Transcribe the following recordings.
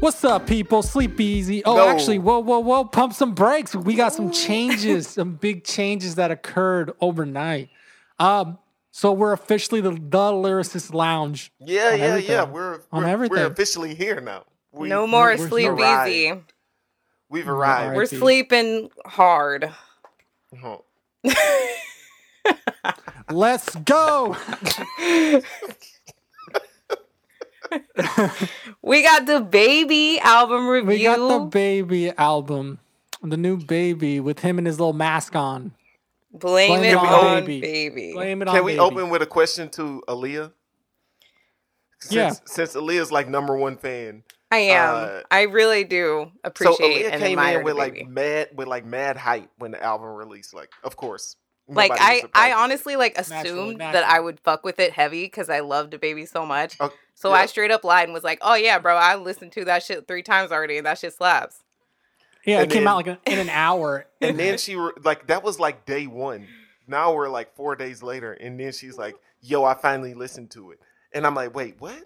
What's up, people? Sleep easy. Oh, No. actually, whoa, whoa, whoa, pump some brakes. We got some changes, some big changes that occurred overnight. Um, so we're officially the, the Lyricist Lounge. Yeah, On yeah, yeah. everything. We're On we're, everything. we're officially here now. We, no more we're- sleep we're- easy. We've All arrived. We're Pete. sleeping hard. Huh. Let's go. We got the baby album review. We got the baby album, the new baby with him and his little mask on. Blame, Blame it it on on baby. baby. Blame it on Can we baby. open with a question to Aaliyah? Since, Yeah. Since Aaliyah's like number one fan, I am. Uh, I really do so appreciate Aaliyah and came admire in with the like baby. mad with like mad hype when the album released. Like, of course. Like Nobody was I, I surprised. honestly like Naturally, assumed naturally. that I would fuck with it heavy because I loved the baby so much. Oh, so yeah. I straight up lied and was like, "Oh yeah, bro, I listened to that shit three times already, and that shit slaps." Yeah, it And came then- out like a, in an hour. And then she re- like that was like day one. Now we're like four days later, and then she's like, "Yo, I finally listened to it," and I'm like, "Wait, what?"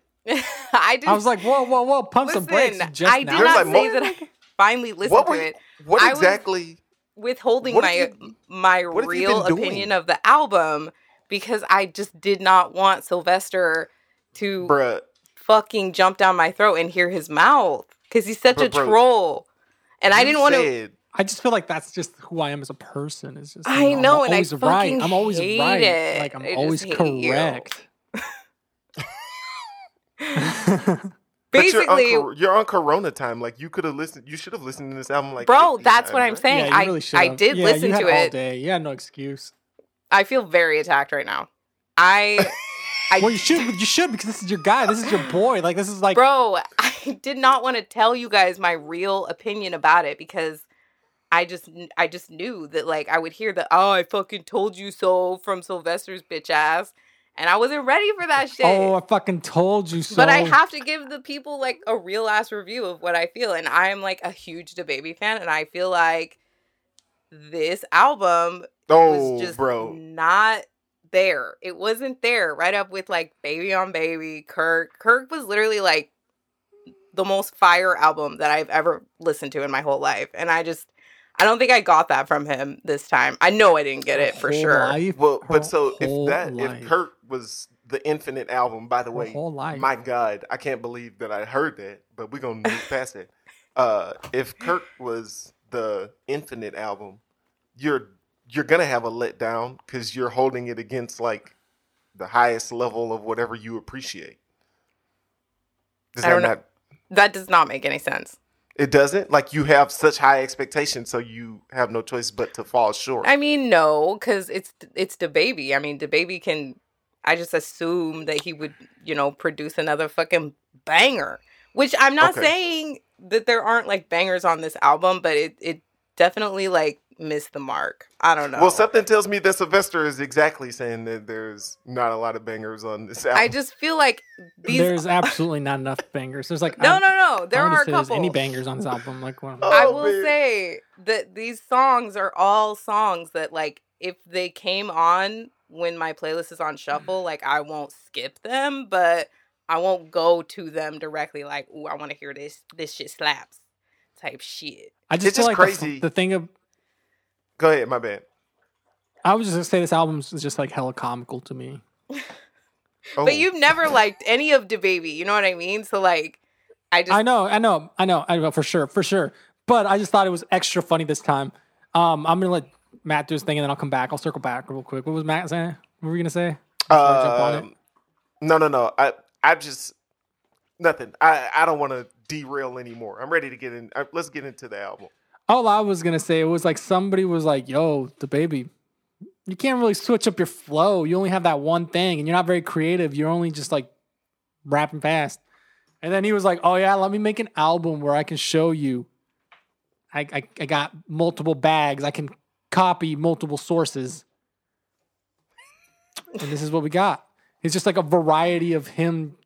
I did. I was like, whoa, whoa, whoa, pump listen, some brakes. you Just I did now. There's not like say more- that I finally listened what to were you- it. What I was- exactly? withholding What my have you- my what have you real been doing? opinion of the album because I just did not want Sylvester to Bruh, fucking jump down my throat and hear his mouth because he's such Bro, a bro, troll. And I didn't want to. to. I just feel like that's just who I am as a person. It's just I I'm know, and I always right. fucking I'm always hate right. it. Like I'm I just always hate you. correct. but Basically, you're on, cor- you're on Corona time. Like you could have listened. You should have listened to this album. Like, bro, 50 that's what times, I'm right? saying. yeah, you I really should. I did yeah, listen you had to all it. Day. You had no excuse. I feel very attacked right now. I, I Well, you should. You should because this is your guy. This is your boy. Like this is like bro, I did not want to tell you guys my real opinion about it because I just I just knew that like I would hear the oh I fucking told you so from Sylvester's bitch ass and I wasn't ready for that shit. oh, I fucking told you so. But I have to give the people like a real ass review of what I feel and I'm like a huge DaBaby fan and I feel like this album Oh, was just bro, not there. It wasn't there. Right up with like Baby on Baby, Kirk. Kirk was literally like the most fire album that I've ever listened to in my whole life. And I just I don't think I got that from him this time. I know I didn't get it for Whole sure. life, Well, her but so whole if that life, if Kurt was the Infinite album, by the her way, whole life, my God, I can't believe that I heard that. But we're gonna move past it. Uh, if Kurt was the Infinite album, you're you're gonna have a letdown because you're holding it against like the highest level of whatever you appreciate. Does I that don't know. not? That does not make any sense. It doesn't. Like you have such high expectations, so you have no choice but to fall short. I mean, no, because it's it's the baby. I mean, the baby can. I just assume that he would, you know, produce another fucking banger. Which I'm not Okay. saying that there aren't like bangers on this album, but it it definitely like missed the mark. I don't know. Well, something tells me that Sylvester is exactly saying that there's not a lot of bangers on this album. I just feel like these. there's absolutely not enough bangers. There's like no, I'm- no, no. There I don't are a think there's couple. any bangers on this album. Like one. Oh, I will man. say that these songs are all songs that like if they came on when my playlist is Mm-hmm. on shuffle, like I won't skip them, but I won't go to them directly like, ooh, I want to hear this this shit slaps type shit. I just It's feel just like the f- crazy. The, thing of Go ahead, my bad. I was just gonna say this album is just like hella comical to me. Oh, But you've never liked any of DaBaby, you know what I mean? So like I just I know, I know, I know, I know for sure, for sure. But I just thought it was extra funny this time. Um, I'm gonna let Matt do his thing and then I'll come back. I'll circle back real quick. What was Matt saying? What were you gonna say? Before I jump on it? um, no, no, no. I, I just nothing. I, I don't want to derail anymore. I'm ready to get in. I, let's get into the album. All I was gonna say was like somebody was like, "Yo, the baby, you can't really switch up your flow. You only have that one thing, and you're not very creative. You're only just like rapping fast." And then he was like, "Oh yeah, let me make an album where I can show you. I I, I got multiple bags. I can copy multiple sources." and this is what we got. It's just like a variety of him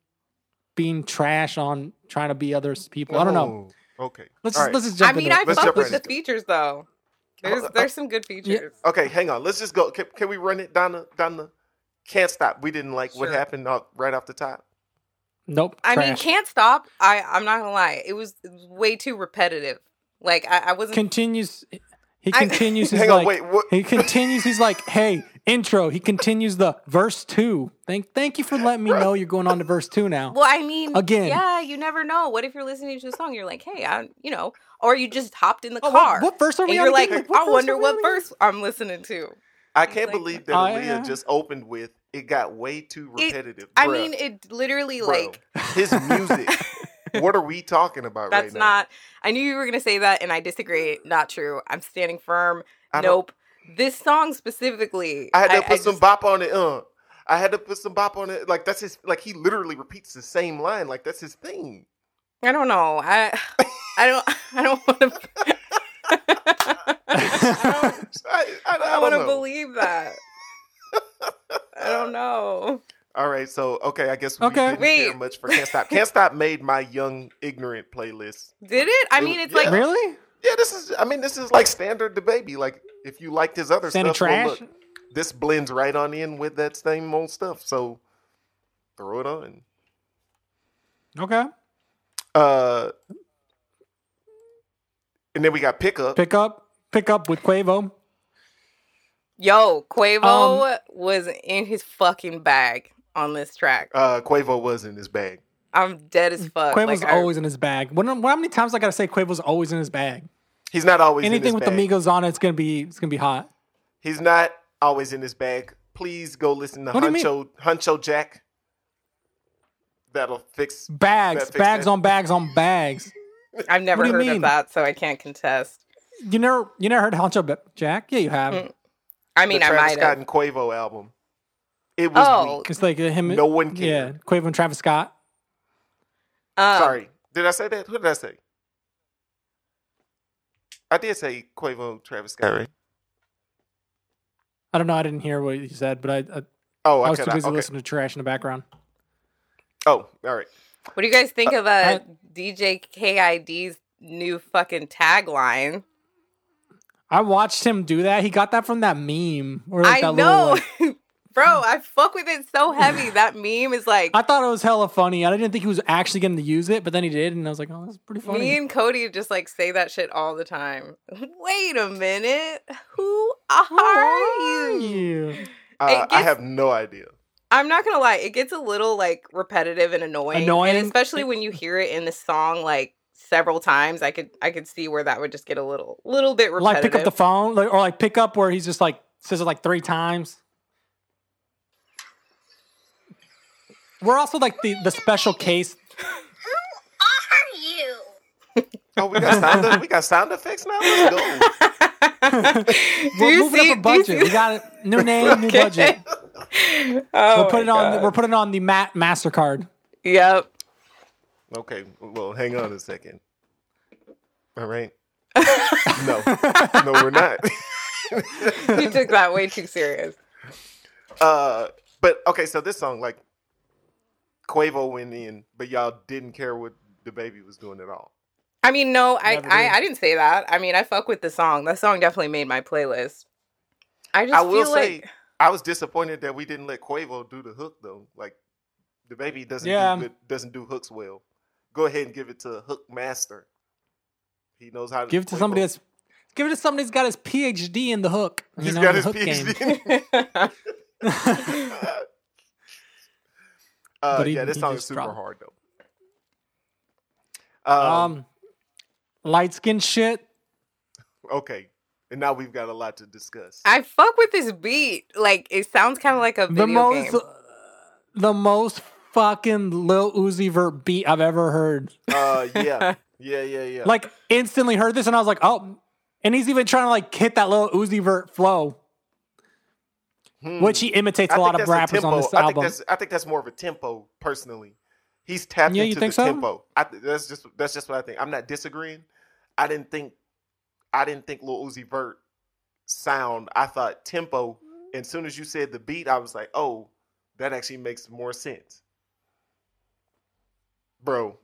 being trash on trying to be other people. I don't know. Oh, Okay. Let's All just, right. let's just jump I mean into it. I Let's fuck jump right with the into it. features though. There's there's some good features. Okay, hang on. Let's just go. Can, can we run it, Donna? Donna, can't stop. We didn't like what Sure. happened off, right off the top. Nope. I mean, trash. can't stop. I I'm not gonna lie. It was way too repetitive. Like I, I wasn't. continues. He I- continues. his Hang on, like- wait, what- He continues. He's like, "Hey, intro." He continues the verse two. Thank, thank you for letting me know you're going on to verse two now. well, I mean, Again. yeah, you never know. What if you're listening to a song, you're like, hey, I, you know, or you just hopped in the Oh, car what, what verse are and we you're on like, again? I verse wonder are we what on again? verse I'm listening to. I can't Like- believe that Oh, Aaliyah yeah. just opened with it got way too It- repetitive. I bruh, mean, it literally bruh. like his music. what are we talking about that's right now? not. I knew you were gonna say that, and I disagree. Not true. I'm standing firm. I don't- nope. This song specifically, I had to put just- some bop on it. Uh, I had to put some bop on it. Like that's his. Like he literally repeats the same line. Like that's his thing. I don't know. I I don't I don't want to. I don't, I, I, I, I don't want to know. believe that. I don't know. All right, so okay, I guess we Okay. didn't care Wait. much for Can't Stop. Can't Stop made my young ignorant playlist. Did it? I It mean, was- it's yeah. like Really? Yeah, this is. I mean, this is like standard the baby. Like if you liked his other Standard stuff, well, trash. look, this blends right on in with that same old stuff. So throw it on. Okay. Uh, and then we got pickup. Pick up. Pick up with Quavo. yo Quavo Um, was in his fucking bag on this track. uh, Quavo was in his bag. I'm dead as fuck. Quavo's Uh, Like, I- always in his bag. When, how many times I gotta say Quavo's always in his bag? He's not always Anything in his with bag. the Migos on it, it's gonna be it's gonna be hot. He's not always in his bag. Please go listen to What do you mean? Huncho Huncho Jack. That'll fix. Bags, That fixed bags it. on bags on bags. I've never What do you heard mean? of that, so I can't contest. You never you never heard Honcho Ba- Jack? Yeah, you have. Mm. I mean, the I Travis might Scott have. and Quavo album. It was Oh, weak. It's like him. No one Yeah, cared. Quavo and Travis Scott. um, Sorry, did I say that? Who did I say? I did say Quavo, Travis Scott, right? I don't know. I didn't hear what you said, but I I, Oh, I I, was too cut out. busy okay. listening to trash in the background. Oh, all right. What do you guys think of uh, I- DJ KID's new fucking tagline? I watched him do that. He got that from that meme. Or like I that Little, know, like- bro. I fuck with it so heavy. That meme is like I thought it was hella funny. I didn't think he was actually going to use it, but then he did, and I was like, oh, that's pretty funny. Me and Cody just like say that shit all the time. Wait a minute. Who are, Who are you? you? Uh, I gets- have no idea. I'm not gonna lie, it gets a little like repetitive and annoying. Annoying? And especially when you hear it in the song like several times, I could I could see where that would just get a little little bit Or, repetitive. Like pick up the phone, like, or like pick up where he's just like says it like three times. We're also like the, the special case. Who are you? Oh, we got sound. we got sound effects now. Let's go. do We're you moving see, up a budget. do you We see- got it. New name, new Okay. budget. Oh we're putting my on. God. We're putting on the Mat Mastercard. Yep. Okay, well, hang on a second. All right. no, no, we're not. You took that way too serious. Uh, but okay, so this song, like Quavo went in, but y'all didn't care what the baby was doing at all. I mean, no, I, Never did. I I didn't say that. I mean, I fuck with the song. That song definitely made my playlist. I just I will feel say, like I was disappointed that we didn't let Quavo do the hook though. Like the baby doesn't Yeah. do good, doesn't do hooks well. Go ahead and give it to a hook master. He knows how to Give it to Quavo- somebody that's. Give it to somebody that's got his PhD in the hook. You He's know, got the his hook game. PhD. uh, But he- yeah, this he song is just super dropped. hard though. Um, um, light skin shit. okay, and now we've got a lot to discuss. I fuck with this beat. Like it sounds kind of like a video The most, game. the most fucking Lil Uzi Vert beat I've ever heard. uh, yeah, yeah, yeah, yeah. Like instantly heard this and I was like, oh. And he's even trying to like hit that little Uzi Vert flow, Hmm. which he imitates a I lot think of that's a rappers on tempo- this I think album. that's I think that's more of a tempo personally. He's tapped Yeah, you into think the so? tempo. I, th- that's just that's just what I think. I'm not disagreeing. I didn't think I didn't think Lil Uzi Vert sound. I thought tempo. And soon as you said the beat, I was like, oh, that actually makes more sense, bro.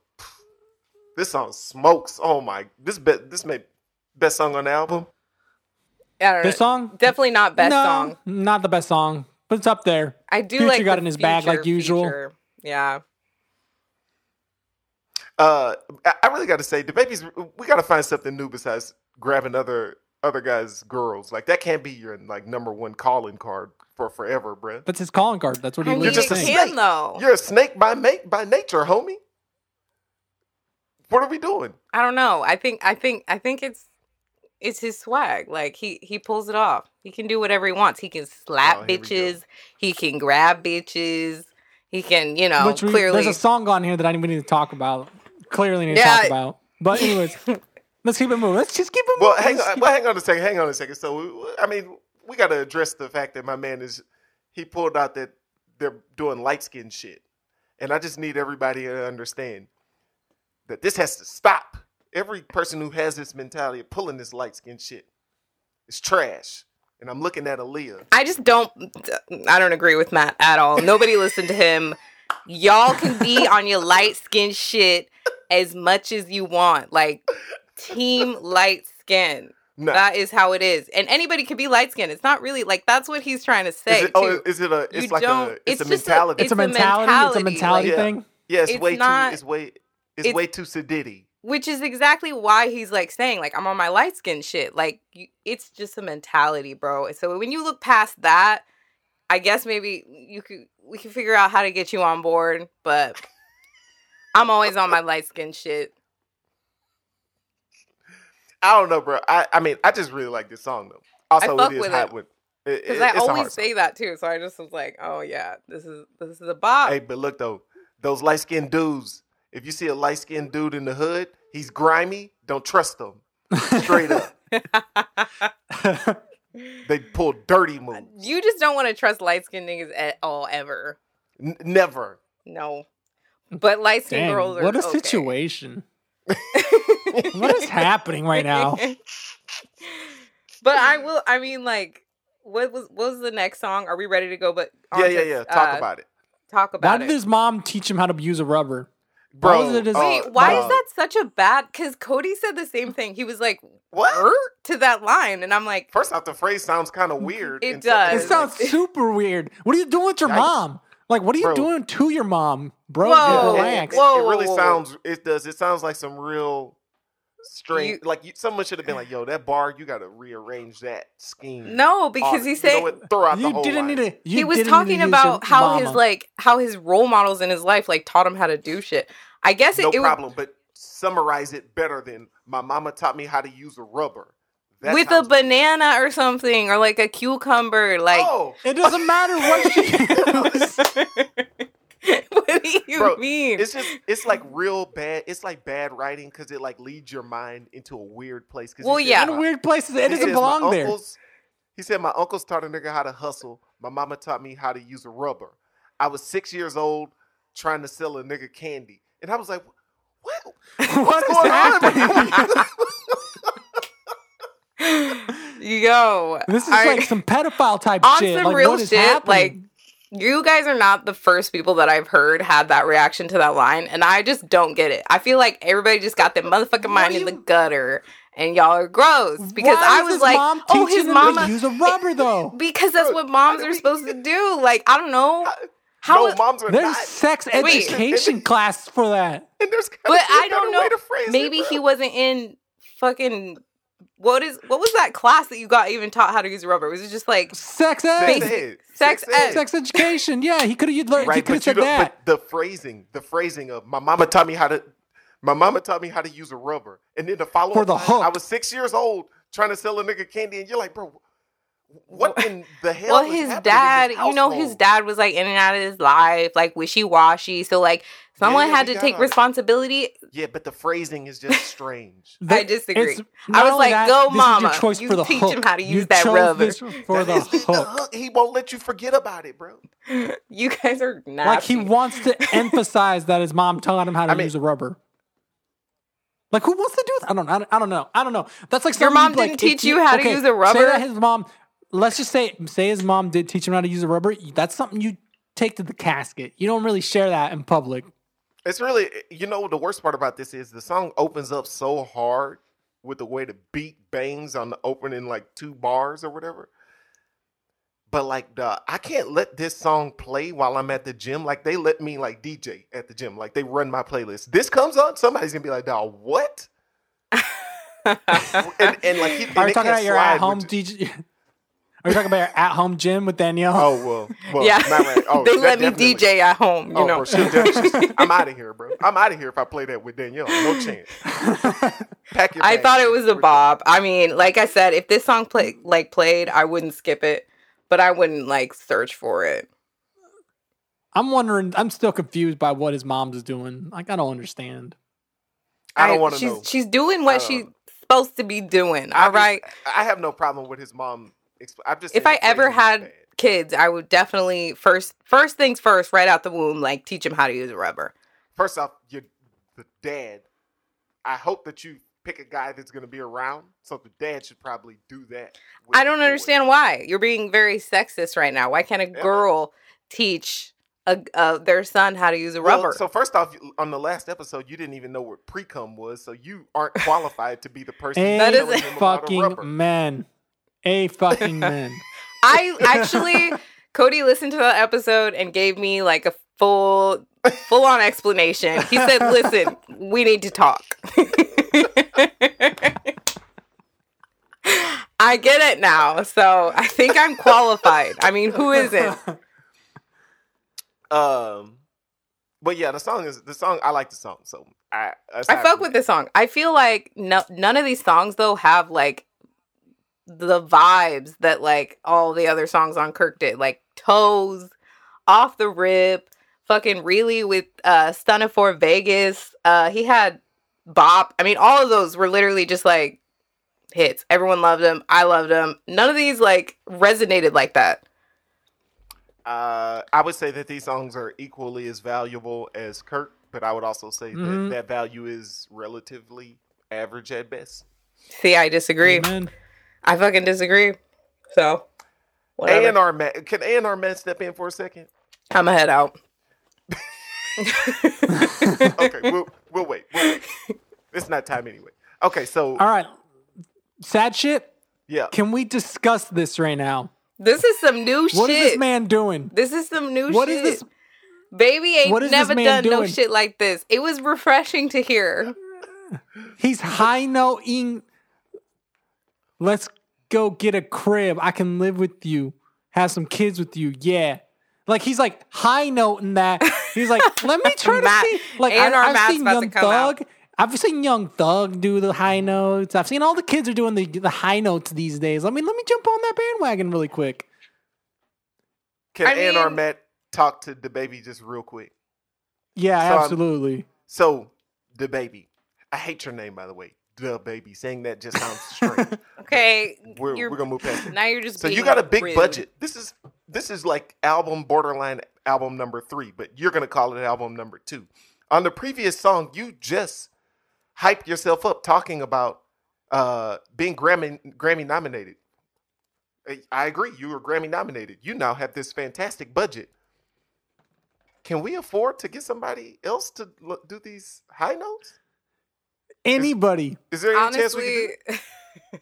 This song smokes. Oh my, this be, this may best song on the album. I don't know. This song? definitely not best no, song. not the best song, but it's up there. I do Future like got the in his bag like feature usual. feature. Yeah, Uh, I- I really got to say, the babies. We got to find something new besides grabbing other other guys' girls. Like that can't be your like number one calling card for forever, bruh. That's his calling card. That's what he I mean, You're was just it a saying. can snake. though. You're a snake by mate by nature, homie. What are we doing? I don't know. I think I think I think it's it's his swag. Like he he pulls it off. He can do whatever he wants. He can slap Oh, here we go. bitches. He can grab bitches. He can you know Which we, clearly. there's a song on here that I we need to talk about. Clearly need to Yeah. talk about. But anyways, let's keep it moving. Let's just keep it moving. Well, hang Let's on. keep- Well, hang on a second. Hang on a second. So, I mean, we got to address the fact that my man is he pulled out that they're doing light skin shit, and I just need everybody to understand that this has to stop. Every person who has this mentality of pulling this light skin shit is trash. And I'm looking at Aaliyah. I just don't. I don't agree with Matt at all. Nobody listened to him. Y'all can be on your light skin shit as much as you want. Like team light skin. No, That is how it is. And anybody can be light skinned. It's not really like that's what he's trying to say. is it, oh, too. is it a? You It's like don't- a. It's, a it's just a- mentality. it's, a it's a mentality. It's a mentality, mentality like- thing. yeah, it's, it's way not- too. It's way. It's, it's- way too sedity. which is exactly why he's like saying like i'm on my light skin shit like you, it's just a mentality bro so when you look past that i guess maybe you could we can figure out how to get you on board but i'm always on my light skin shit I don't know, bro. I, I mean, I just really like this song though. Also, fuck it is with hot it. with. It, because it- i it's a hard always song. say that too so i just was like oh yeah this is this is a bop Hey, but look though, those light skinned dudes. If you see a light skinned dude in the hood, he's grimy. Don't trust them. Straight up, they pull dirty moves. you just don't want to trust light skinned niggas at all ever N- never. no but light skinned Dang, girls are what a okay. situation. What is happening right now? but I will. I mean, like, what was what was the next song? Are we ready to go? But Yeah, yeah, yeah. Talk uh, about it, talk Why about did it. his mom teach him how to use a rubber? bro. was it his- Wait, uh, why uh, is that such a bad? Because Cody said the same thing. He was like What? "Er?" to that line, and I'm like, First off, the phrase sounds kind of weird. It and It secondly, does. sounds super weird. What are you doing with your Yikes. mom? Like, what are you Bro. doing to your mom, bro? Whoa. Dude, it- relax. It, Oh, Whoa, it whoa, really whoa, whoa. sounds. It does. It sounds like some real strange. You- like you, someone should have been like, "Yo, that bar, you got to rearrange that scheme." no, because All- he you said know what? throw out the You whole didn't line. need to. You he was didn't need talking to use your about how his mama. like how his role models in his life like taught him how to do shit. I guess it, no it would problem, but summarize it better than my mama taught me how to use a rubber. That with a sounds- banana or something or like a cucumber, like. Oh, It doesn't matter what she used. what do you Bro, mean? it's just it's like real bad. It's like bad writing because it like leads your mind into a weird place. 'cause he Well, said yeah. my- in weird places. It he doesn't says, belong my there. uncles- He said my uncles taught a nigga how to hustle. My mama taught me how to use a rubber. I was six years old trying to sell a nigga candy, and I was like, "What? What's going on? happening? Yo, This is I- like some pedophile type on shit. some like, real what is shit, happening? you guys are not the first people that I've heard had that reaction to that line, and I just don't get it. I feel like everybody just got their motherfucking mind in the gutter, and y'all are gross because Why I is was his like, mom oh, teaching his him mama. to use a rubber though. because that's what moms are supposed to do. Like I don't know how. no, moms are There's not." sex Wait. education class for that. And there's gotta But be a I don't better know. Way to phrase it, maybe bro. he wasn't in fucking what is what was that class that you got even taught how to use rubber? Was it just like Sex Sex ed. ed. Sex ed. Sex education. Yeah, he could have learned. he Right, could have but you said don't, that. but the phrasing, the phrasing of my mama taught me how to my mama taught me how to use a rubber. And then the follow For the hook. I was six years old trying to sell a nigga candy, and you're like, bro, what in the hell? well is his happening in dad this you know his household? dad was like in and out of his life like wishy-washy so like someone Yeah, had we to take got it. responsibility Yeah, but the phrasing is just strange. I That- disagree. it's- I not was only like, go, this is mama. Your choice You for the teach hook. him how to You use that chose rubber. this for That the is the- the hook. hook. He won't let you forget about it, bro. you guys are nasty. Like he wants to emphasize that his mom taught him how to I mean- use a rubber. Like who wants to do that? I don't. I don't, I don't know. I don't know. That's like Your something, mom like, didn't if teach you how to use a rubber? Say that his mom. Let's just say say his mom did teach him how to use a rubber. That's something you take to the casket. You don't really share that in public. It's really, you know, the worst part about this is the song opens up so hard with the way the beat bangs on the opening like two bars or whatever. But like the I can't let this song play while I'm at the gym. Like they let me like DJ at the gym. Like they run my playlist. This comes up, somebody's gonna be like, "Dog, what?" And, and like he, and Are they you talking can't about your slide at home with- DJ? Are you talking about your at home gym with Danielle? Oh well, well yeah, not right. Oh, they that let me definitely- DJ at home. You oh, know, bro, she'll definitely- she's- I'm out of here, bro. I'm out of here if I play that with Danielle. No chance. Oh. Pack your I bags. thought it was a We're- bob. I mean, like I said, if this song play like played, I wouldn't skip it, but I wouldn't like search for it. I'm wondering. I'm still confused by what his mom's doing. Like I don't understand. I don't want to she's- know. She's doing I what don't she's know. supposed to be doing. I All just- right. I have no problem with his mom. Expl- I'm just If saying the I ever phrasing is had bad. kids, I would definitely first first things first, right out the womb, like teach them how to use a rubber. first off, your the dad. I hope that you pick a guy that's going to be around. So the dad should probably do that. with I the don't boy. understand why you're being very sexist right now. Why can't a I- girl teach a, uh, their son how to use a Well, rubber? so first off, on the last episode, you didn't even know what precum was, so you aren't qualified to be the person. A That telling is- him about a fucking rubber. men. A fucking men. I actually, Cody listened to that episode and gave me like a full, full on explanation. He said, "Listen, we need to talk." I get it now, so I think I'm qualified. I mean, who isn't? Um, but yeah, the song is the song. I like the song, so I I fuck with this song. I feel like no, none of these songs though have like the vibes that like all the other songs on Kirk did. Like toes, off the rip, fucking really with uh Stunna for Vegas. Uh he had Bop. I mean, all of those were literally just like hits. Everyone loved them. I loved them. None of these like resonated like that. Uh, I would say that these songs are equally as valuable as Kirk, but I would also say Mm-hmm. Mhm. that that value is relatively average at best. See, I disagree. Mm-hmm. Amen. I fucking disagree. A So whatever. and R Matt, can A and R Matt step in for a second? I'ma head out. Okay, we'll we'll wait. We'll wait. It's not time anyway. Okay, so All right. Sad shit. yeah, Can we discuss this right now? This is some new shit. What is this man doing? This is some new What shit. is this? Baby ain't What is this never man done no doing? shit like this. It was refreshing to hear. He's high noting. Let's go get a crib. I can live with you, have some kids with you. Yeah. Like he's like high noting that. He's like, let me try to Matt- see. Like I, A&R I've Matt's seen about to Young come out. Thug. I've seen Young Thug do the high notes. I've seen all the kids are doing the the high notes these days. I mean, let me jump on that bandwagon really quick. can I A and R mean- Matt talk to the baby just real quick? Yeah, So I'm- absolutely. So the baby, I hate your name by the way. The baby, saying that just sounds strange. Okay, we're you're- we're gonna move past it. now you're just So you being got a big rude. budget. This is this is like album borderline album number three, but you're gonna call it album number two. On the previous song, you just hyped yourself up talking about uh, being Grammy Grammy nominated. I- I agree, you were Grammy nominated. You now have this fantastic budget. Can we afford to get somebody else to l- do these high notes? Anybody. Is there any chance we can do Honestly, that?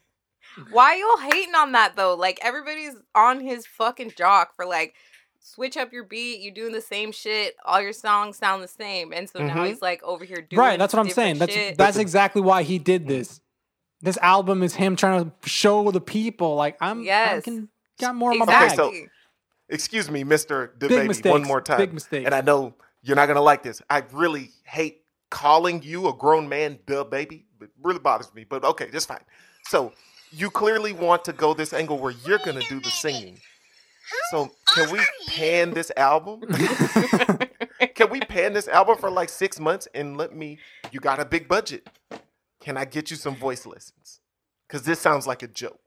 why y'all hating on that though? Like everybody's on his fucking jock for like switch up your beat. You doing the same shit. All your songs sound the same, and so now Mhm. he's like over here doing Mm-hmm. Right, that's what I'm saying. different That's shit. that's exactly why he did this. This album is him trying to show the people, like I'm, I Yes. can got more in my bag. Okay, so- exactly. Excuse me, Mr. DeBaby, big one mistakes. more time. Big mistakes. And I know you're not gonna like this. I really hate calling you a grown man the baby. It really bothers me. But okay, that's fine. So you clearly want to go this angle where you're gonna do the singing. So can we pan this album? can we pan this album for like six months and let me? You got a big budget. Can I get you some voice lessons? Because this sounds like a joke.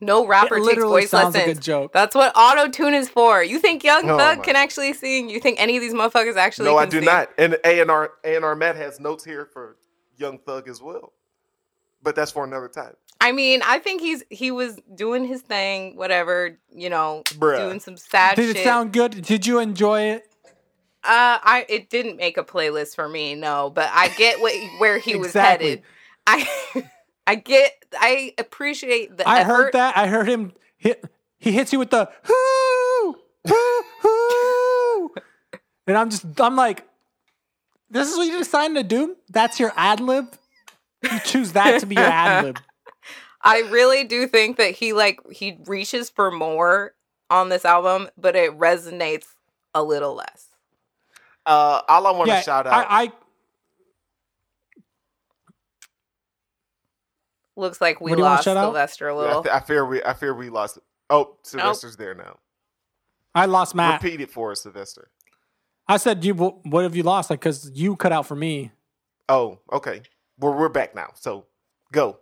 No it rapper takes literally voice sounds lessons. like a joke. That's what auto tune is for. You think Young Oh Thug my can actually sing? You think any of these motherfuckers actually? No, I can do sing? not. And A and R A and R Matt has notes here for Young Thug as well, but that's for another time. I mean, I think he's he was doing his thing, whatever. You know, Bruh. doing some sad Did shit. it sound good? Did you enjoy it? Uh, I it didn't make a playlist for me, no. But I get what where he was Exactly. headed. I I get. I appreciate the I effort. heard that. I heard him. He, he hits you with the hoo hoo hoo, and I'm just I'm like, this is what you decided to do. That's your ad lib. You choose that to be your ad lib. I really do think that he like he reaches for more on this album, but it resonates a little less. Uh, all I want to Yeah, shout out. I, I Looks like we What do you wanna lost shout out? Sylvester a I, little. th- I fear we. I fear we lost. Oh, Sylvester's there now. I lost Matt. Repeat it for us, Sylvester. I said you. wh- What have you lost? Like, cause you cut out for me. Oh, okay. Well, we're back now. So go.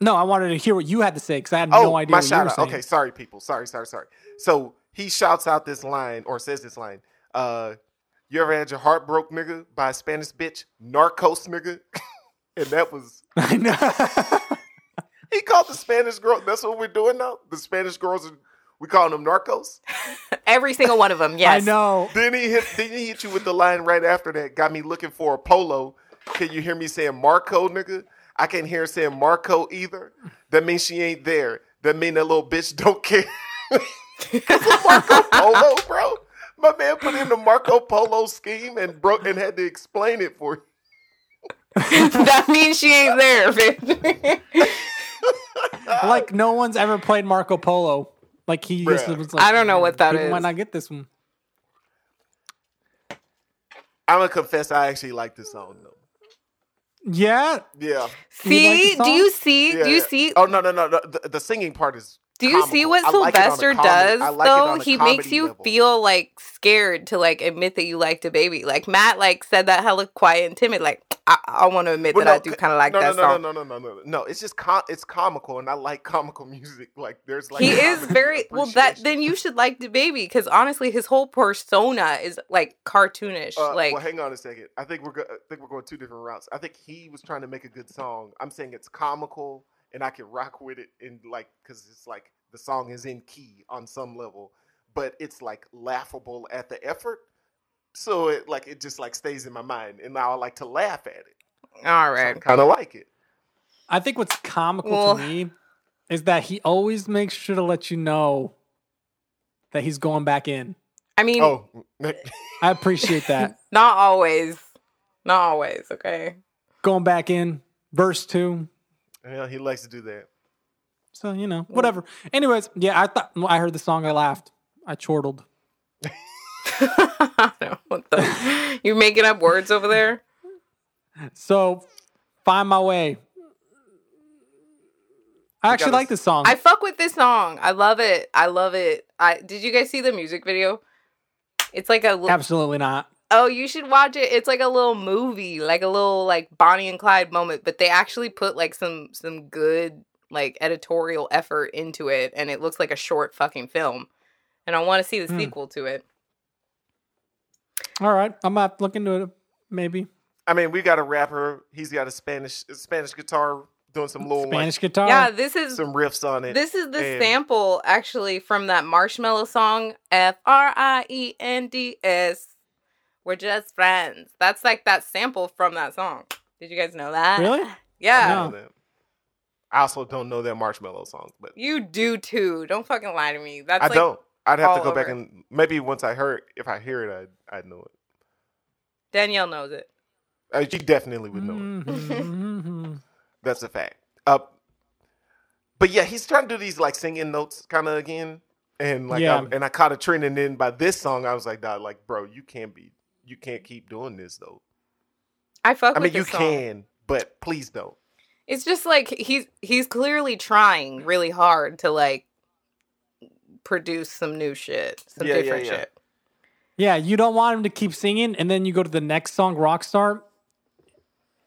No, I wanted to hear what you had to say because I had Oh, no idea my what you shout were out. saying. Okay, sorry, people. Sorry, sorry, sorry. So he shouts out this line or says this line. Uh, you ever had your heart broke, nigga, by a Spanish bitch, narcos, nigga? and that was I know. he called the Spanish girl. That's what we're doing now. The Spanish girls are we calling them narcos. Every single one of them. Yes. I know. Then he hit. Then he hit you with the line right after that. Got me looking for a polo. Can you hear me saying Marco, nigga? I can't hear her saying Marco either. That means she ain't there. That mean that little bitch don't care. Marco Polo, bro. My man put in the Marco Polo scheme and broke and had to explain it for you. that means she ain't there, bitch. Uh, Like no one's ever played Marco Polo. Like he just Bruh. was like, I don't know what that people is. might not get this one. I'm gonna confess, I actually like this song though. Yeah, Yeah. You like see? the song? do you see? yeah, do you yeah. see? Oh no, no, no. no. The, the singing part is. Do you see comical. what I like it on a Sylvester comedy- does I like it though? on a He makes comedy you level. feel like scared to like admit that you liked a baby. Like Matt like said that hella quiet and timid. Like I, I want to admit Well, that no, I do c- kind of like no, that no, song. No, no, no, no, no, no, no. It's just com- it's comical, and I like comical music. Like there's like he is comedy very well. That appreciation. then you should like the baby because honestly, his whole persona is like cartoonish. Uh, like well, hang on a second. I think we're go- I think we're going two different routes. I think he was trying to make a good song. I'm saying it's comical, and I can rock with it, and like because it's like the song is in key on some level, but it's like laughable at the effort. So it like it just like stays in my mind, and now I like to laugh at it. all right, Kind of like it. I think what's comical Well- to me is that he always makes sure to let you know that he's going back in. I mean, Oh, I appreciate that not always, not always. Okay, going back in verse two. yeah, he likes to do that. So you know, whatever. Anyways, yeah, I thought I heard the song. I laughed. I chortled. I don't know what the- you're making up words over there. So, find my way. I actually gotta like this song. I fuck with this song. I love it. I love it. I did you guys see the music video? It's like a li- Absolutely not. oh, you should watch it. It's like a little movie, like a little like Bonnie and Clyde moment, but they actually put like some some good like editorial effort into it and it looks like a short fucking film. And I want to see the Hmm. sequel to it. All right, I'm gonna look into it. Maybe I mean, we got a rapper. He's got a Spanish Spanish guitar doing some little Spanish guitar. yeah, this like, is some riffs on it. This is the and- sample actually from that marshmallow song F R I E N D S. We're just friends. That's like that sample from that song. Did you guys know that? Really? I Yeah. No. know that. I also don't know that marshmallow song, but You do too. Don't fucking lie to me. That's I like don't. I'd have to all go back over. and maybe once I heard if I hear it, I I know it. Danielle knows it. Uh, she definitely would know Mm. it. Mhm. That's a fact. Uh, but yeah, he's trying to do these like singing notes kind of again, and like Yeah. I, and I caught a trend, and then by this song, I was like, "Nah, like bro, you can't be, you can't keep doing this though. I fuck I with mean, you this song. can, but please don't." It's just like he's he's clearly trying really hard to like produce some new shit, some Yeah, yeah, different yeah. shit. yeah, you don't want him to keep singing, and then you go to the next song, Rockstar,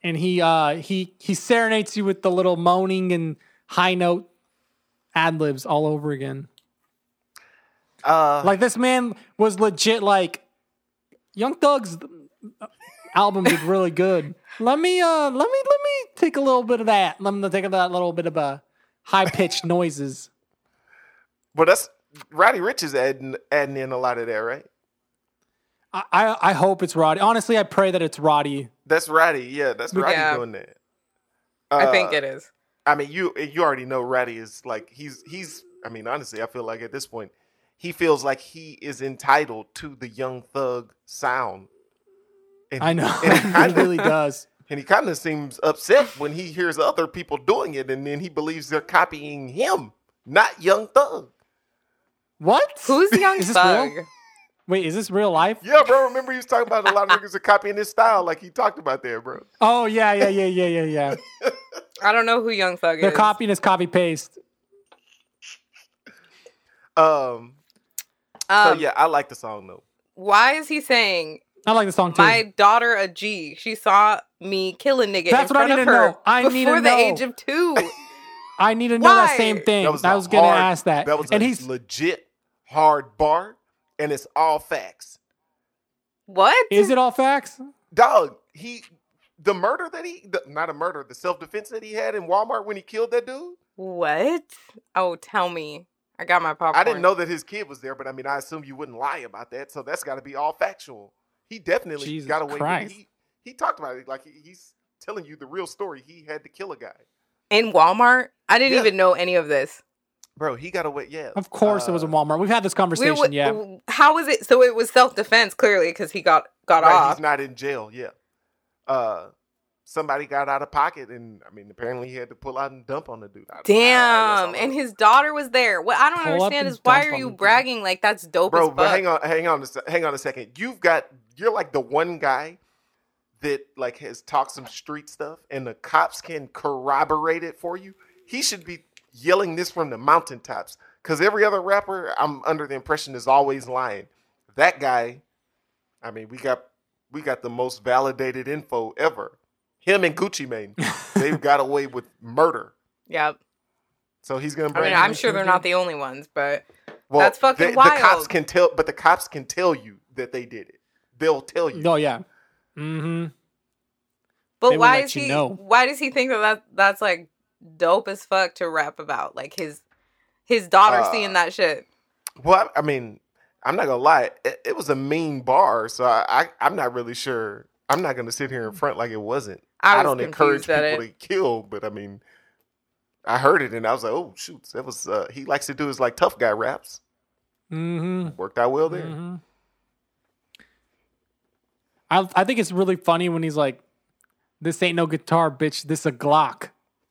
and he uh he he serenades you with the little moaning and high note ad libs all over again. Uh, Like this man was legit like Young Thug's album did really good. Let me uh let me let me take a little bit of that. Let me take that little bit of uh high pitched noises. but that's Roddy Rich is adding adding in a lot of that, right? I, I I hope it's Roddy. Honestly, I pray that it's Roddy. That's Roddy. Yeah, that's Roddy Yeah. doing that. I think Uh, it is. I mean, you you already know Ratty is like he's he's. I mean, honestly, I feel like at this point, he feels like he is entitled to the Young Thug sound. And, I know. And he it kinda, really does. and he kind of seems upset when he hears other people doing it, and then he believes they're copying him, not Young Thug. What? Who's Young Is this Thug? real? Wait, is this real life? Yeah, bro. Remember he was talking about a lot of niggas are copying his style, like he talked about there, bro. Oh yeah, yeah, yeah, yeah, yeah, yeah. I don't know who Young Thug They're is. copying his copy paste. Um, Um, so Oh, yeah, I like the song though. Why is he saying I like the song too. my daughter a G? She saw me kill a nigga That's in what I front need of to her know. I before need to the know. age of two. I need to know that Why? same thing. I a was gonna hard- ask that. That was and a he's legit hard bar, and it's all facts. what? is it all facts? Dog, he the murder that he the, not a murder, the self defense that he had in Walmart when he killed that dude. What? Oh, tell me. I got my popcorn. I didn't know that his kid was there, but I mean, I assume you wouldn't lie about that. So that's got to be all factual. He definitely Jesus got away. with it. Christ. He, he talked about it like he, he's telling you the real story. He had to kill a guy, in Walmart. I didn't Yeah. even know any of this. bro. He got away. Yeah, Of course, it was a Uh, Walmart. We've had this conversation. wa- yeah, w- How was it? So it was self defense clearly because he got got Right, off. He's not in jail. Yeah. Uh, somebody got out of pocket, and I mean, apparently he had to pull out and dump on the dude. I- I- I- that's all Damn, I and know. his daughter was there. What I don't Pull up and understand is why dump are on you the dude. bragging like that's dope bro. as fuck? But hang on, hang on, a, se- hang on a second. You've got you're like the one guy that like has talked some street stuff, and the cops can corroborate it for you. He should be yelling this from the mountaintops because every other rapper, I'm under the impression, is always lying. That guy, I mean, we got we got the most validated info ever. Him and Gucci Mane, they've got away with murder. Yep. So he's gonna. I mean, bring- I'm sure they're not the only ones, but Well, That's fucking the, The wild. cops can tell, but the cops can tell you that they did it. They'll tell you. no, yeah. Mm-hmm. but They will why let is you he? know. Why does he think that, that that's like dope as fuck to rap about? Like his his daughter Uh, seeing that shit. Well, I, I mean, I'm not gonna lie. It, it was a mean bar, so I, I, I'm not really sure. I'm not gonna sit here in front like it wasn't. I, was don't encourage confused people at to it. kill, but I mean, I heard it and I was like, oh shoot, that was. Uh, he likes to do his like tough guy raps. Mm-hmm. Worked out well there. Mhm. I I think it's really funny when he's like, "This ain't no guitar, bitch. This a Glock."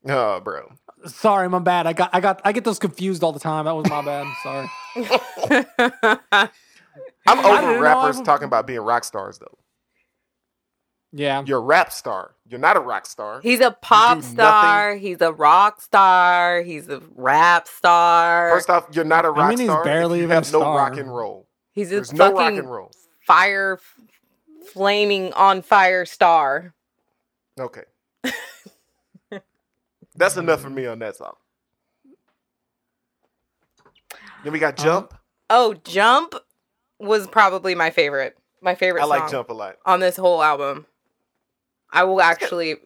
Oh, bro. Sorry, my bad. I got I got I get those confused all the time. That was my bad. Sorry. I'm I didn't over know rappers I was- talking about being rock stars though. Yeah. You're a rap star. You're not a rock star. He's a pop nothing. star. He's a rock star. He's a rap star. First off, you're not a rock mean, he's star. if barely you even a have no star. rock and roll. he's a There's fucking no rock and roll. fire, f- flaming on fire star. Okay. That's enough for me on that song. Then we got Jump. Oh, jump was probably my favorite. My favorite. I like song Jump a lot. on this whole album. I will actually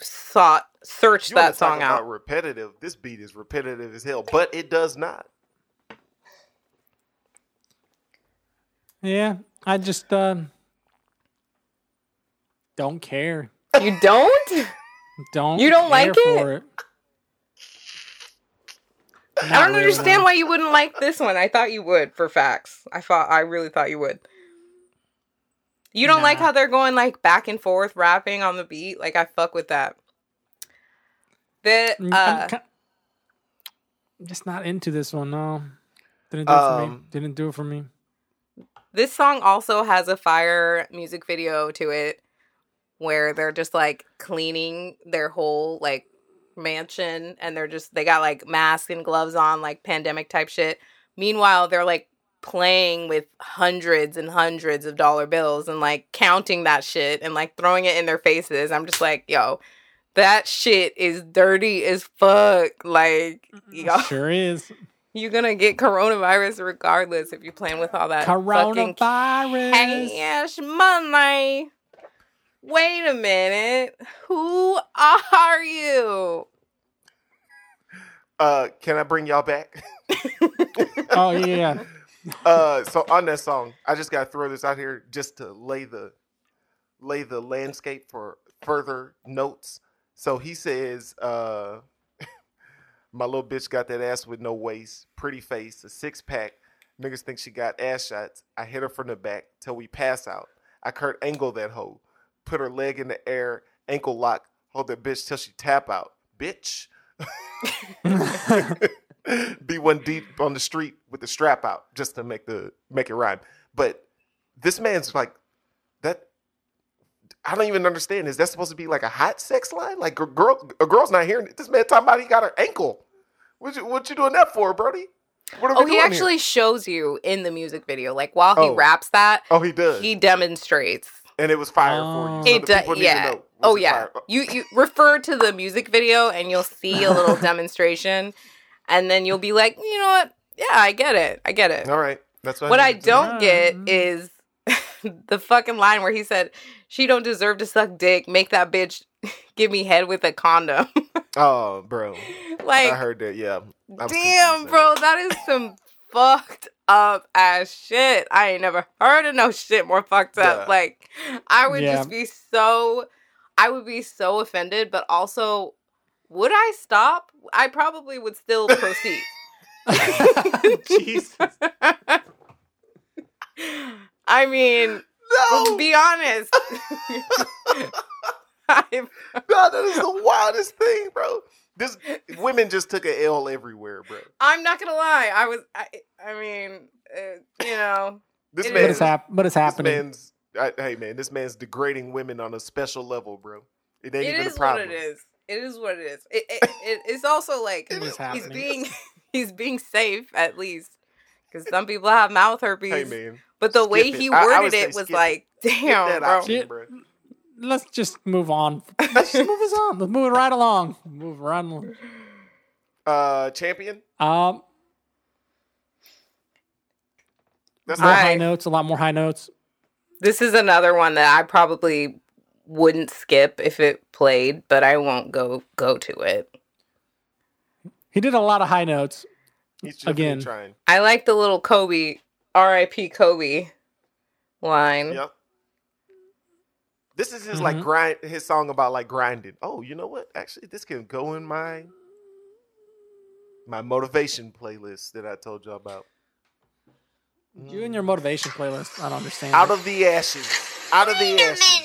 sought search You wanna that song talk out. about repetitive. This beat is repetitive as hell, but it does not. Yeah. I just uh, don't care. You don't? Don't You don't care like it? for it? I don't understand why you wouldn't like this one. I thought you would for facts. I thought I really thought you would. You don't like Nah. how they're going like back and forth rapping on the beat. Like I fuck with that. The Mm, I'm, uh, ki- I'm just not into this one. No, didn't do it for me. Um, Didn't do it for me. this song also has a fire music video to it where they're just like cleaning their whole like mansion and they're just they got like masks and gloves on like pandemic type shit meanwhile they're like playing with hundreds and hundreds of dollar bills and like counting that shit and like throwing it in their faces i'm just like yo that shit is dirty as fuck like yo Sure is you're gonna get coronavirus regardless if you're playing with all that fucking coronavirus. cash money. Wait a minute. Who are you? Uh, can I bring y'all back? Oh yeah, yeah. uh, so on that song, I just gotta throw this out here just to lay the lay the landscape for further notes. So he says, uh, My little bitch got that ass with no waist, pretty face, a six pack. Niggas think she got ass shots. I hit her from the back till we pass out. I Kurt Angle that hoe. Put her leg in the air, ankle lock, hold that bitch till she tap out. Bitch. be one deep on the street with the strap out just to make the make it rhyme. But this man's like that. I don't even understand. Is that supposed to be like a hot sex line? Like a girl, a girl's not hearing it. This man talking about he got her ankle. What you what you doing that for, Brody? What are we Oh, he doing here? actually shows you in the music video. Like while he Oh. raps that, Oh, he does, he demonstrates. and it was fire Oh. for you. So the It do- people need to yeah. know. Was Oh it yeah. fire? You you refer to the music video and you'll see a little demonstration and then you'll be like, "You know what? Yeah, I get it. I get it." All right, that's what. What I needed to know. don't get Mm. is the fucking line where he said, "She don't deserve to suck dick. Make that bitch give me head with a condom." Oh, bro, I like, heard that. Yeah, I was damn, confused. bro, that is some fucked up ass shit. I ain't never heard of no shit more fucked up. Yeah. Like, I would Yeah. just be so, I would be so offended, but also, would I stop? I probably would still proceed. Jesus. I mean, let's No, be honest. I- No, that is the wildest thing, bro. This women just took a L everywhere, bro. I'm not gonna lie. I was. I, I mean, uh, you know. This It man, But it's, hap- but it's this happening. man's, I, hey man, this man's degrading women on a special level, bro. It ain't It even is a problem. what it is. It is what it is. It, it, it it's also like It is he's happening. being he's being safe at least because some people have mouth herpes. Hey man, but the skip way it. he I- I worded would say it was skip it. like, get damn, that bro. out, here, bro. Let's just move on. Let's just move us on. Let's move it right along. Move right along. Uh, champion. Um, That's more not. I- high notes. A lot more high notes. This is another one that I probably wouldn't skip if it played, but I won't go go to it. He did a lot of high notes. He's just really again. trying. I like the little Kobe, R.I.P. Kobe Mm-hmm. line. Yep. This is his like Mhm. grind. His song about like grinding. Oh, you know what? Actually, this can go in my my motivation playlist that I told you all about. You and your motivation playlist. I don't understand. Mm-hmm. out of the ashes. Out of the Wait a ashes.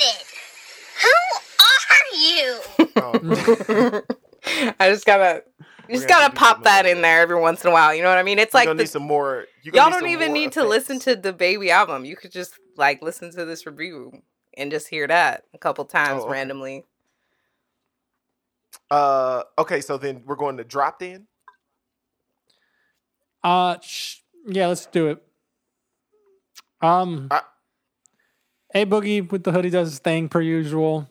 minute. Who are you? Oh, I just gotta you just gonna have to do some gotta pop that more. in there every once in a while. You know what I mean? It's like like gonna the- need some more. you gonna y'all need don't some even more need to effects. listen to the baby album. You could just like listen to this review and just hear that a couple times Oh, okay. randomly. Uh, okay, so then we're going to drop in. Uh, sh- yeah, let's do it. Um, I- hey Boogie with the hoodie does his thing per usual.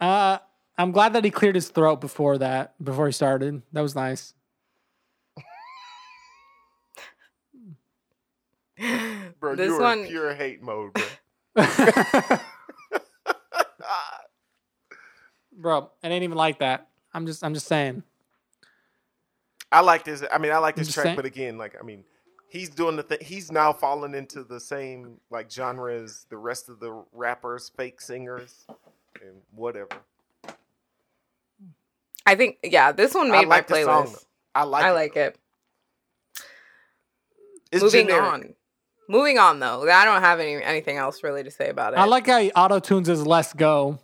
Uh, I'm glad that he cleared his throat before that. Before he started, that was nice. Bro, this you're one in pure hate mode, bro. Bro, it ain't even like that. I'm just, I'm just saying. I like this. I mean, I like this Just track, saying. but again, like, I mean, he's doing the thing. He's now falling into the same like genre as the rest of the rappers, fake singers, and whatever. I think yeah, this one I made like my the song. playlist. though. I like. I like it. It's Moving generic. on. Moving on though. I don't have any anything else really to say about it. I like how he auto tunes his "Let's Go."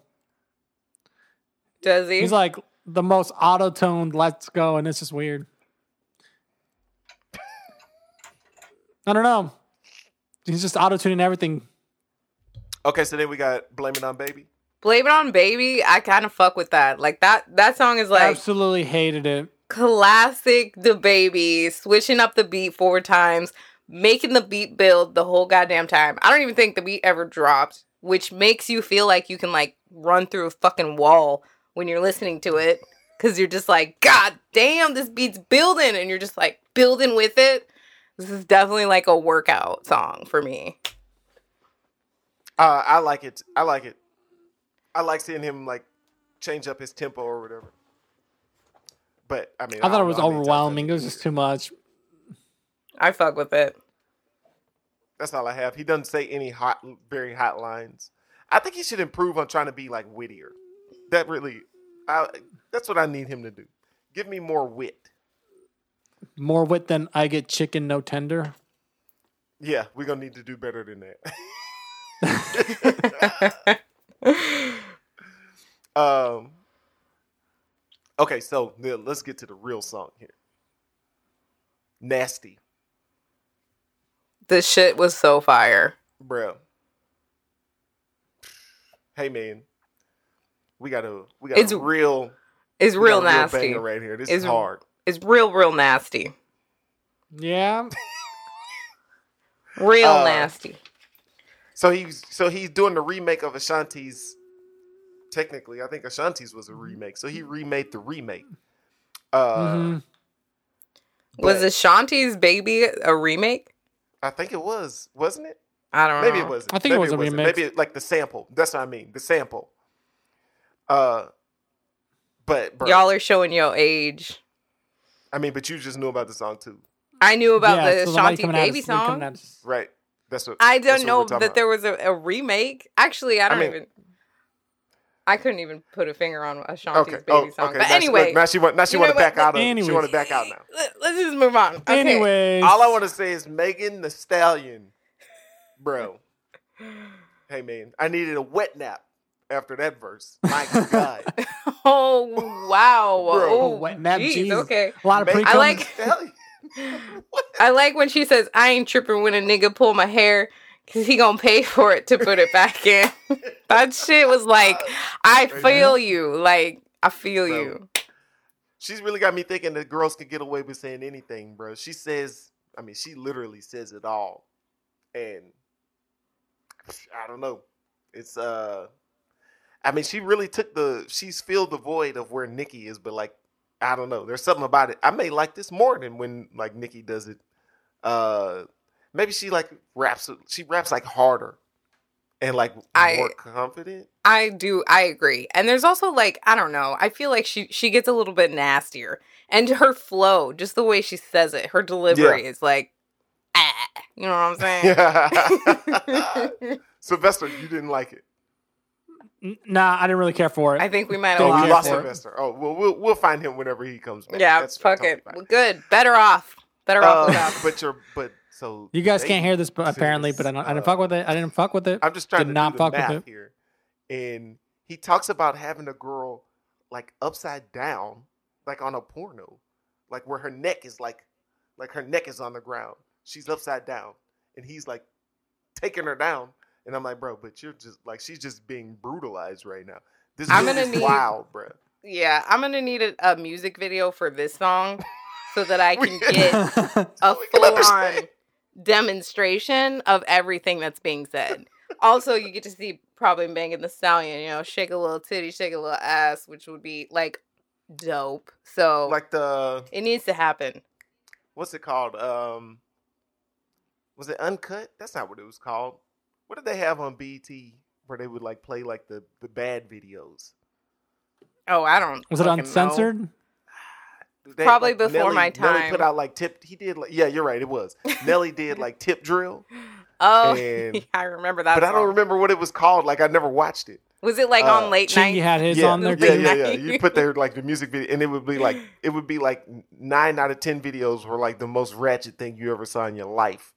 Does he? He's like the most auto tuned "Let's Go," and it's just weird. I don't know. He's just auto tuning everything. Okay, so then we got "Blame It on Baby." Blame it on baby. I kind of fuck with that. Like that. That song is like Absolutely hated it. classic the baby switching up the beat four times making the beat build the whole goddamn time i don't even think the beat ever dropped which makes you feel like you can like run through a fucking wall when you're listening to it because you're just like god damn this beat's building and you're just like building with it this is definitely like a workout song for me Uh, I like it. I like it. I like seeing him like change up his tempo or whatever. But I mean, I thought it don't was know how many times overwhelming. I- It was just too much. i fuck with it That's all I have. He doesn't say any hot, very hot lines. I think he should improve on trying to be like wittier. That really, I, that's what I need him to do. Give me more wit. More wit than I get chicken no tender. Yeah, we're gonna need to do better than that. Um, okay, so now let's get to the real song here. Nasty, this shit was so fire. bro. Hey man, we got a we got It's- a real It's we got real a real nasty. banger right here. This It's- is hard. It's real, real nasty. Yeah. Real Uh, nasty. So he's so he's doing the remake of Ashanti's. Technically, I think Ashanti's was a remake, so he remade the remake. Uh, Mm-hmm. Mhm. Was but Ashanti's baby a remake? I think it was, wasn't it? I don't know. Maybe it was. I think it Maybe was a wasn't. remix. Maybe it- like the sample. That's what I mean. The sample. Uh, but bro, Y'all are showing your age. I mean, but you just knew about the song too, I knew about Yeah, the so light Ashanti coming out baby is- light coming song. out is- right? That's what. I that's don't what know we're talking that about. there was a, a remake. Actually, I don't mean- even. I couldn't even put a finger on Ashanti's Okay. baby oh, song. okay. But now she, anyway, look, now she want. Now she you want to know what? back out of. it. She Anyways. want to back out now. let- let's just move on. Okay. Anyways. All I want to say is Megan the Stallion, bro. hey man, I needed a wet nap after that verse. My God, Oh wow! Bro. Oh, Oh, wet nap, jeez, jeez. Okay, a lot of Megan pre I like- the Stallion. What? I like when she says, "I ain't tripping when a nigga pull my hair." Cause he gonna pay for it to put it back in. that shit was like, I feel you. Like I feel Bro. you. She's really got me thinking that girls can get away with saying anything, bro. She says, I mean, she literally says it all. And I don't know. It's uh I mean, she really took the she's filled the void of where Nikki is, but like I don't know. There's something about it. I may like this more than when like Nikki does it. Uh maybe she like raps she raps like harder and like I- more confident. I do. I agree. And there's also like I don't know. I feel like she she gets a little bit nastier, and her flow, just the way she says it, her delivery is like, ah, you know what I'm saying? Sylvester, you didn't like it. N- Nah, I didn't really care for it. I think we might have Don't Oh, care we lost lost. for it. Sylvester. Oh, well, we'll we'll find him whenever he comes back. Yeah, That's fuck totally it. fine. Well, good. Better off. Better Uh, off without. but you're but so you guys they- can't hear this, but apparently, but I, don't, I didn't fuck with it. I didn't fuck with it. I'm just trying Did to not do the fuck with math it. here, and he talks about having a girl like upside down, like on a porno, like where her neck is like, like her neck is on the ground. She's upside down, and he's like taking her down. And I'm like, bro, but you're just like she's just being brutalized right now. This I'm dude gonna is need- wild, bro. Yeah, I'm gonna need a, a music video for this song, so that I can get a We can full on understand. demonstration of everything that's being said. Also, you get to see probably Megan the Stallion, you know, shake a little titty, shake a little ass, which would be like dope. So like the it needs to happen. what's it called? Um, was it uncut? That's not what it was called. What did they have on BT where they would like play like the the bad videos? Oh, I don't. Was it fucking know. uncensored? They- Probably before my Nelly put time. out like tip. He did like yeah, you're right. It was Nelly did like tip drill, Oh, And- I remember that. but I song. don't remember what it was called. Like I never watched it. Was it like uh, on late night? Chingy had his yeah, on there yeah, too. yeah, yeah. night. You put their like the music video, and it would be like it would be like nine out of ten videos were like the most ratchet thing you ever saw in your life.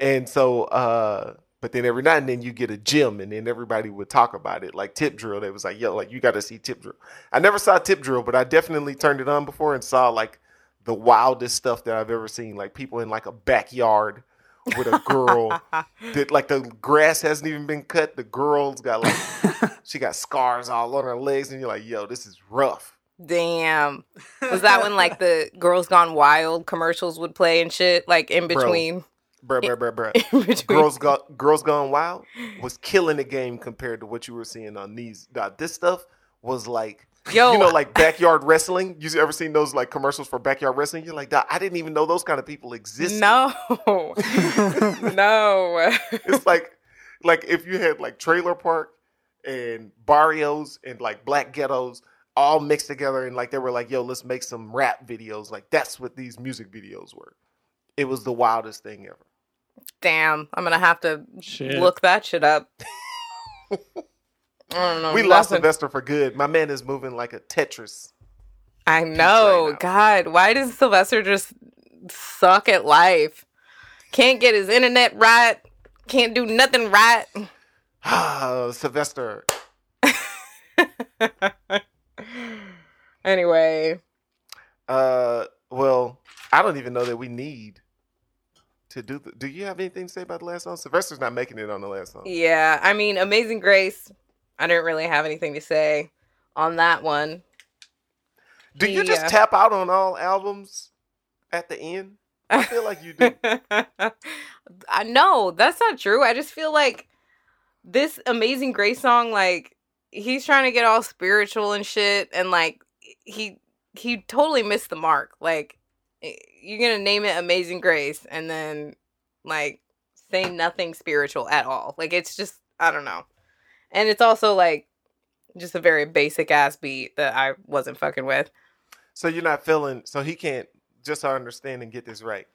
And so, uh, but then every now and then you get a gym, and then everybody would talk about it, like Tip Drill. They was like, "Yo, like you got to see Tip Drill." I never saw Tip Drill, but I definitely turned it on before and saw like the wildest stuff that I've ever seen, like people in like a backyard with a girl Uh-huh. that like the grass hasn't even been cut. The girl's got like she got scars all on her legs, and you're like, yo, this is rough. Damn. Was that when like the Girls Gone Wild commercials would play and shit? Like in Bro. between. Bruh, bruh, bruh, bruh. in between. Girls got Girls Gone Wild was killing the game compared to what you were seeing on these. Now, this stuff was like Yo, you know, like backyard wrestling. You ever seen those like commercials for backyard wrestling? You're like, "Dawg, I didn't even know those kind of people existed. no. no. it's like like if you had like trailer park and barrios and like black ghettos all mixed together and like they were like yo let's make some rap videos like that's what these music videos were it was the wildest thing ever Damn. I'm going to have to Shit. look that shit up. I don't know. We lost Um, nothing. Sylvester for good. My man is moving like a Tetris. I know. now. God, why does Sylvester just suck at life? Can't get his internet right. Can't do nothing right. Ah, Sylvester. Anyway, Uh, well, I don't even know that we need to do. The, do you have anything to say about the last song? Sylvester's not making it on the last song. yeah. I mean, Amazing Grace. I didn't really have anything to say on that one. Do you just Yeah. tap out on all albums at the end? I feel like you do. I no, that's not true. I just feel like this Amazing Grace song, like he's trying to get all spiritual and shit, and like he he totally missed the mark. Like i- you're gonna name it Amazing Grace, and then like say nothing spiritual at all. Like it's just I don't know, and it's also like just a very basic ass beat that I wasn't fucking with. So you're not feeling. So he can't. Just so I understand and get this right.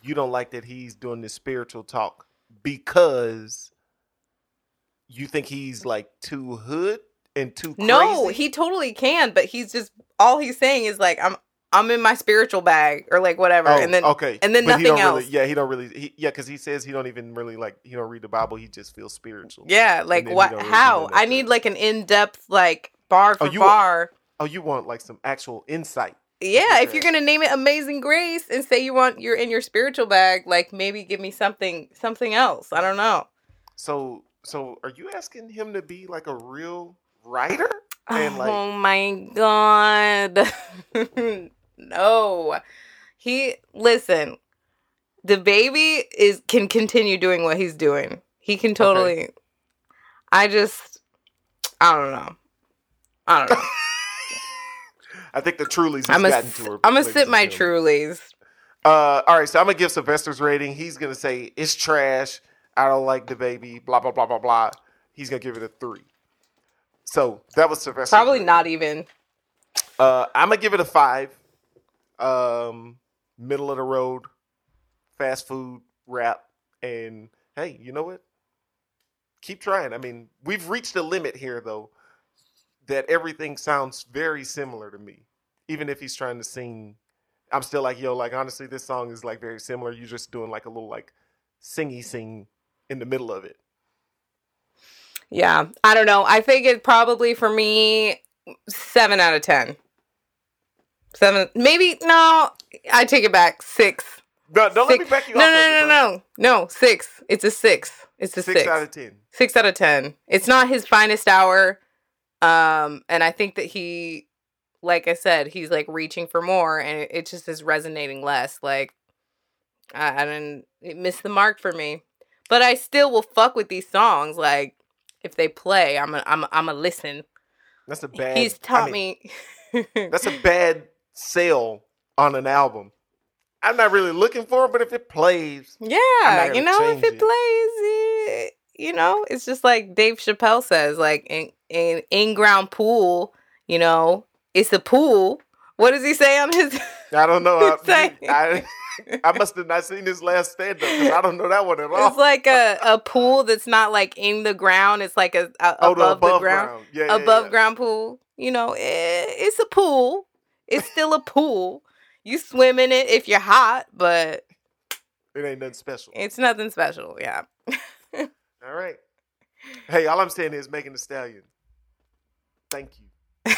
You don't like that he's doing this spiritual talk because you think he's like too hood and too crazy. No, he totally can, but he's just all he's saying is like I'm I'm in my spiritual bag or like whatever, Oh, and then okay, and then But he nothing don't really- else. yeah, he don't really. He, yeah, because he says he don't even really like. He don't read the Bible. He just feels spiritual. yeah, like then he what? don't really do How? nothing. I need like an in depth like bar for you want- bar. Oh, you want like some actual insight? yeah, if okay. you're gonna name it Amazing Grace and say you want you're in your spiritual bag, like maybe give me something something else. I don't know. So, so are you asking him to be like a real writer? And, like- oh my god. no. He listen. The baby is can continue doing what he's doing. He can totally I just I don't know. I don't know. I think the Trulies has I'm gonna gotten to her. I'm gonna ladies sip and my gentlemen. trulies. Uh, all right, so I'm gonna give Sylvester's rating. He's gonna say it's trash. I don't like the baby. Blah blah blah blah blah. He's gonna give it a three. So that was Sylvester. Probably not even. Uh, I'm gonna give it a five. Um, middle of the road, fast food wrap, and hey, you know what? Keep trying. I mean, we've reached a limit here, though. That everything sounds very similar to me, even if he's trying to sing. I'm still like, yo, like honestly, this song is like very similar. You're just doing like a little like singy sing in the middle of it. Yeah. I don't know. I think it probably for me seven out of ten. Seven maybe no, I take it back. Six. No, don't let me Six- back you no, off. of it, No, no, bro. no, no, no. Six. It's a six. It's a Six, six. out of ten. six out of ten. It's not his finest hour. Um, and I think that he, like I said, he's like reaching for more, and it, it just is resonating less. Like I, I didn't it missed the mark for me, but I still will fuck with these songs. Like if they play, I'm a, I'm a, I'm a listen. That's a bad. he's taught me. me. That's a bad sale on an album. I'm not really looking for it, but if it plays, Yeah, not gonna you know, if change it it. plays, eh, you know, it's just like Dave Chappelle says, like in in in ground pool, you know, it's a pool. What does he say on his? I don't know. I, Same. I, I must have not seen his last stand up because I don't know that one at all. it's like a, a pool that's not like in the ground. It's like a, a Oh, above, no, the ground, Yeah, yeah, above yeah. ground pool. You know, eh, it's a pool. It's still a pool. You swim in it if you're hot, but It ain't nothing special. it's nothing special. Yeah. All right. Hey, all I'm saying is making the stallion. Thank you.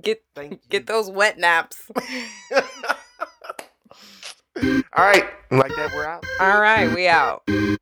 Get Thank you. get those wet naps. all right. Like that, we're out. All right, we out.